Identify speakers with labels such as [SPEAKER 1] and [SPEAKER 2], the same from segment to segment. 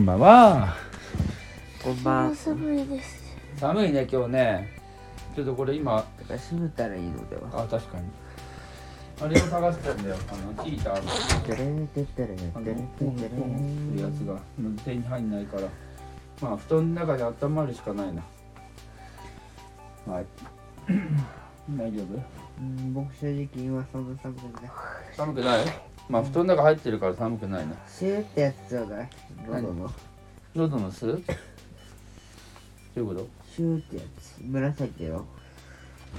[SPEAKER 1] んばんは
[SPEAKER 2] こんば
[SPEAKER 3] 久
[SPEAKER 2] ん
[SPEAKER 3] しぶりです。
[SPEAKER 1] 寒いね今日ねちょっとこれ今
[SPEAKER 2] だから閉めたらいいのでは
[SPEAKER 1] あ確かにあれを探してたんだよあのチーターの
[SPEAKER 2] てれーてってれー
[SPEAKER 1] あ
[SPEAKER 2] て
[SPEAKER 1] の
[SPEAKER 2] れー
[SPEAKER 1] ポ
[SPEAKER 2] て
[SPEAKER 1] ン
[SPEAKER 2] ってれ
[SPEAKER 1] ポンするやつ
[SPEAKER 2] ー
[SPEAKER 1] が手に入んないからまあ布団の中で温まるしかないなはい 大丈夫
[SPEAKER 2] うん僕正直今そんな寒くない
[SPEAKER 1] 寒くないまあ布団の中入ってるから寒くないな
[SPEAKER 2] シューってやつちょうだい喉の
[SPEAKER 1] 喉の巣どういうこと
[SPEAKER 2] シューってやつ紫よ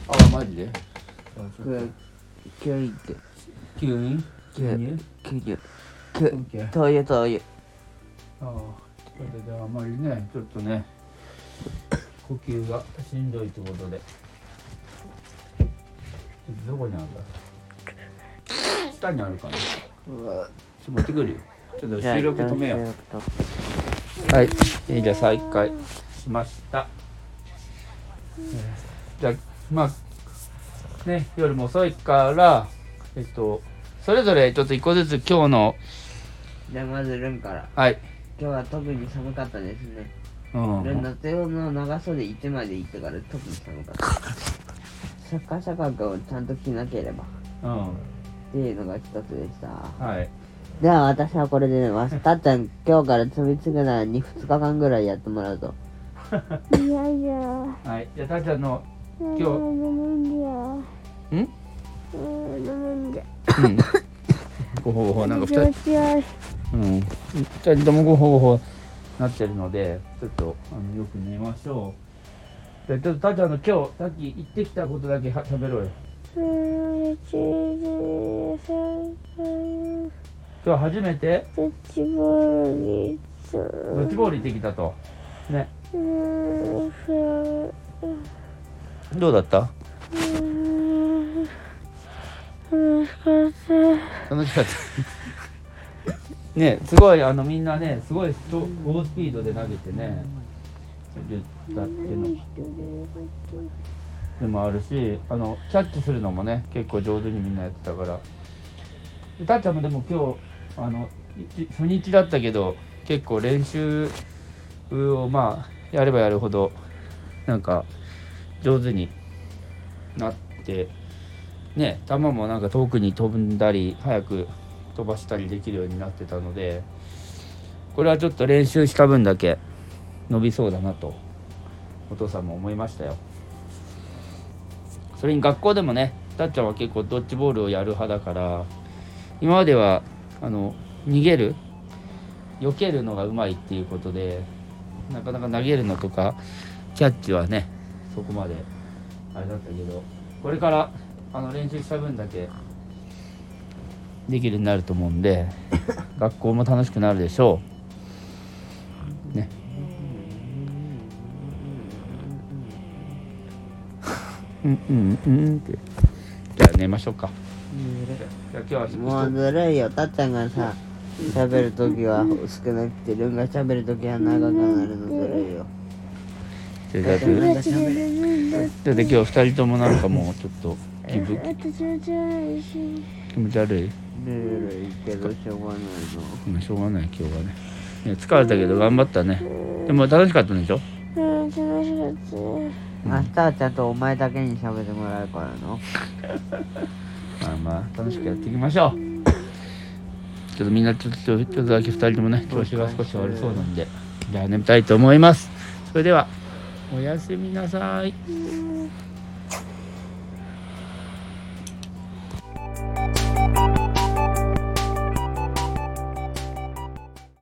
[SPEAKER 1] あマジで
[SPEAKER 2] これキュイって
[SPEAKER 1] 急に
[SPEAKER 2] キュイキュイキ
[SPEAKER 1] オッ
[SPEAKER 2] ュ
[SPEAKER 1] ケー
[SPEAKER 2] イ灯油灯油
[SPEAKER 1] ああそれであまりねちょっとね呼吸がしんどいってことでどこにあるんだ下にあるかなちょ
[SPEAKER 2] うわ
[SPEAKER 1] っと持ってくるよちょっと収録止めよ
[SPEAKER 2] 収
[SPEAKER 1] う
[SPEAKER 2] 録止め
[SPEAKER 1] はいじゃあ再開しましたえーじゃあまあね夜も遅いからえっとそれぞれちょっと一個ずつ今日の
[SPEAKER 2] じゃあまずルンから
[SPEAKER 1] はい
[SPEAKER 2] 今日は特に寒かったですね
[SPEAKER 1] うん
[SPEAKER 2] ルン夏用の長袖1枚で行ってから特に寒かったシャカシャカ感をちゃんと着なければ
[SPEAKER 1] うん
[SPEAKER 2] っていうのが一つでした
[SPEAKER 1] はい
[SPEAKER 2] では私はこれで寝ますたっちゃん今日から罪償いに2日間ぐらいやってもらうと
[SPEAKER 3] いやいや。
[SPEAKER 1] はいじゃあたっちゃんの
[SPEAKER 3] 今
[SPEAKER 1] 日
[SPEAKER 3] 飲めんじゃ。
[SPEAKER 1] ん？
[SPEAKER 3] うん、飲めんじゃ。
[SPEAKER 1] ごほごほなんか
[SPEAKER 3] 気
[SPEAKER 1] 二
[SPEAKER 3] 持
[SPEAKER 1] 人、
[SPEAKER 3] ち悪い。
[SPEAKER 1] うん、二人ともごほごほなってるので、ちょっとあのよく寝ましょう。で、ちょっとたっちゃんの今日さっき行ってきたことだけは喋ろうよ。
[SPEAKER 3] うん、チーズさん、
[SPEAKER 1] 今日初めて
[SPEAKER 3] ドッジボールに行っ
[SPEAKER 1] ドッジボール行ってきたと。ね、
[SPEAKER 3] た。うん、ふわ
[SPEAKER 1] どうだった？
[SPEAKER 3] うん。楽しかった。
[SPEAKER 1] 楽しかった。 ね、すごいあのみんなね、すごいストゴースピードで投げてね、言ったっていうの
[SPEAKER 3] 一人でよかった。
[SPEAKER 1] でもあるしあのキャッチするのもね結構上手にみんなやってたからでたっちゃんもでも今日あのい初日だったけど結構練習をまあやればやるほどなんか上手になってね球もなんか遠くに飛んだり早く飛ばしたりできるようになってたのでこれはちょっと練習した分だけ伸びそうだなとお父さんも思いましたよ。それに学校でもねたっちゃんは結構ドッジボールをやる派だから今まではあの逃げる避けるのがうまいっていうことでなかなか投げるのとかキャッチはねそこまであれだったけどこれからあの練習した分だけできるようになると思うんで 学校も楽しくなるでしょう。ね。うんうんうんうんってじゃあ寝ましょうか。じゃあ今日は
[SPEAKER 2] もうずるいよたっちゃんがさ喋るときは少なくてルンが喋るときは長くなるのずるいよ
[SPEAKER 1] じゃあ
[SPEAKER 2] ルンが
[SPEAKER 3] 私は
[SPEAKER 2] 喋る
[SPEAKER 3] 全然、
[SPEAKER 1] だって今日二人ともなんかもうちょっと気分
[SPEAKER 3] 私はじゃないし。
[SPEAKER 1] 気持ち悪い、
[SPEAKER 2] ずるいけどしょうがないの
[SPEAKER 1] うん、しょうがない今日はねね疲れたけど頑張ったねでも楽しかったんでしょ
[SPEAKER 3] うん、楽しかったね。
[SPEAKER 2] 明日はちゃんとお前だけに喋ってもらうからの
[SPEAKER 1] まあまあ楽しくやっていきましょうちょっとみんなちょっとちょっとだけ二人ともね調子が少し悪そうなんでじゃあ眠たいと思いますそれではおやすみなさい
[SPEAKER 3] うん